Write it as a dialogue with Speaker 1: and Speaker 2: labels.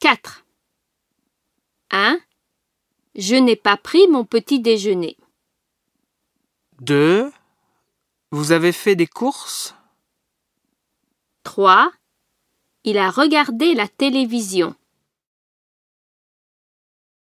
Speaker 1: 4.
Speaker 2: 1. Je n'ai pas pris mon petit déjeuner.
Speaker 3: 2. Vous avez fait des courses
Speaker 2: 3. Il a regardé la télévision.